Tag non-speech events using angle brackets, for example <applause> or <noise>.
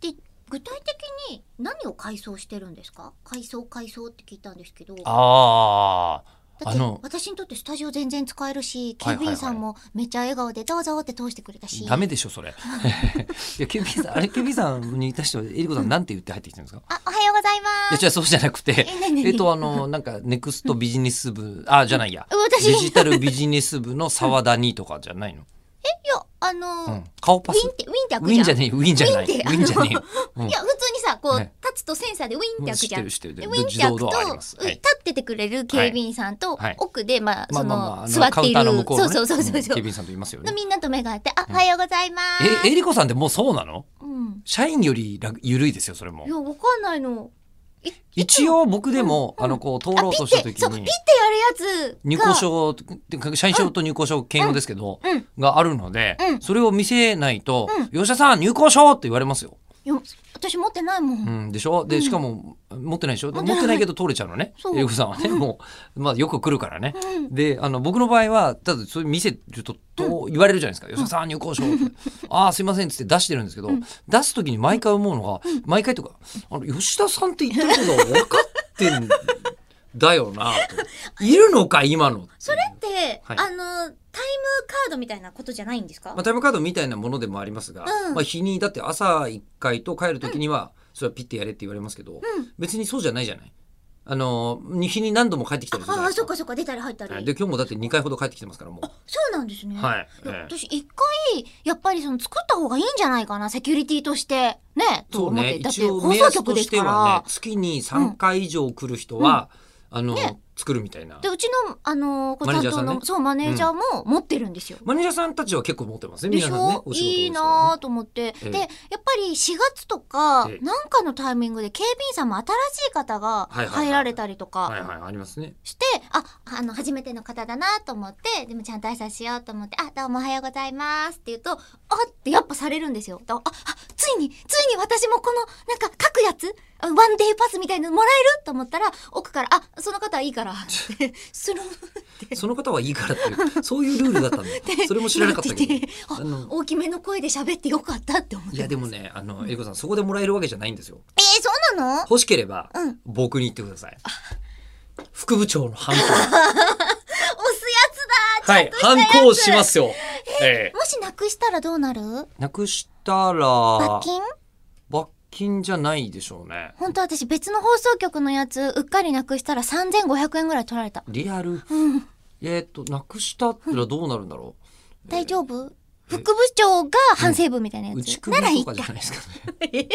具体的に何を改装してるんですか改装改装って聞いたんですけどああだってあの私にとってスタジオ全然使えるし警はいは備いはい員さんもめっちゃ笑顔でどうぞって通してくれたし、ダメでしょ <laughs> それいや警備員さんあれ警備員さんに対してはえりこさんなんて言って入ってきてるんですかあおはようございいまやすじゃあそうじゃなくてえ何えっとあのなんかネクストビジネス部あじゃないや私デジタルビジネス部の沢田にとかじゃないの、いやあのうー、ウん、顔パィスンってウィンって開ウくィじンゃんじゃねえウィンじゃないウウィンってィンじゃねえよ、うんいや普通にさこう、ね立つとセンサーでウィンって開くじゃん、うん知ってる知ってでるウィンって自開動くドと、アありますうんはい立っててくれる警備員さんと、はいはい奥でまあまあそまあまあのあ座のっカウてンいタるーの向こうそのうねそうそうそううん警そう備員さんといますよのねみんなと目が合って「あおはようございます」ええりこさんってもうそうなのうん、社員より楽緩いですよそれもいやわかんないの一応僕でも、うんあのこう通あろうピとッしたて時そうピッにてやるやつが入校証ってか社員証と入校証兼用ですけど、うんうんがあるので、うんそれを見せないとうん「吉田さん入校証!」って言われますよ。いや私持ってないもん、うん、でしょうでんしかも持ってないでしょ持持っないっててないけど通れちゃうのねそうえりこさんはねもう、まあ、よく来るからね。うんであの僕の場合はただそれ見せるとと言われるじゃないですか「吉田さん入校証」ああすいません」っつって出してるんですけど、うん出す時に毎回思うのが、毎回とか「あの吉田さんって言ってることが分かってんだよな」 <laughs> と「いるのか今の」それって、はいあのタイムカードみたいなことじゃないんですか、まあ、タイムカードみたいなものでもありますが、うんまあ、日にだって朝1回と帰る時には、それはピッてやれって言われますけど、別にそうじゃないじゃない。あの日に何度も帰ってきたりするじあゃないあですそっか。かそっか出たり入ったり、はいで今日もだって2回ほど帰ってきてますからもう。そうなんですね、はいいやええ私一回やっぱりその作った方がいいんじゃないかなセキュリティとしてねとそう思って、ね、だって一応放目送安局とでしすかてはねら、、月に3回以上来る人は、あの、作るみたいなで。うちのあのこうマネ担ージャーさ当んねの、そうマネージャーも持ってるんですよ。マネージャーさんたちは結構持ってますね、で皆しさんねょ、お仕事ですからねいいなぁと思って、ええでやっぱり4月とかええなんかのタイミングで警備員さんも新しい方がはいはいはい入られたりとはいかはい、ありますね。して、ああの初めての方だなと思ってでもちゃんと挨拶しようと思って「あどうもおはようございます」って言うと「あってやっぱされるんですよ。だからああついについに私もこのなんか書くやつあワンデーパスみたいなのもらえると思ったら奥から「あその方はいいから」ってスルーってその方はいいからっていう、そういうル <laughs> ールだったんだ。それも知らなかったけなてどて。ああの大きめの声で喋ってよかったって思っていやでもね、あの、えりこさん、そこでもらえるわけじゃないんですよ。えー、そうなの欲しければ、うん僕に言ってください。副部長 <laughs> の反抗。押すやつだはい、反抗しますよ。ええもしなくしたらどうなるなくしたら、罰金罰金じゃないでしょうね。本当私別の放送局のやつうっかりなくしたら3500円ぐらい取られた、リアル。うん、えーっと、なくしたってのはどうなるんだろう。大丈夫副部長が反省文みたいなや打ちつ首ならいいとかかじゃないですかね。え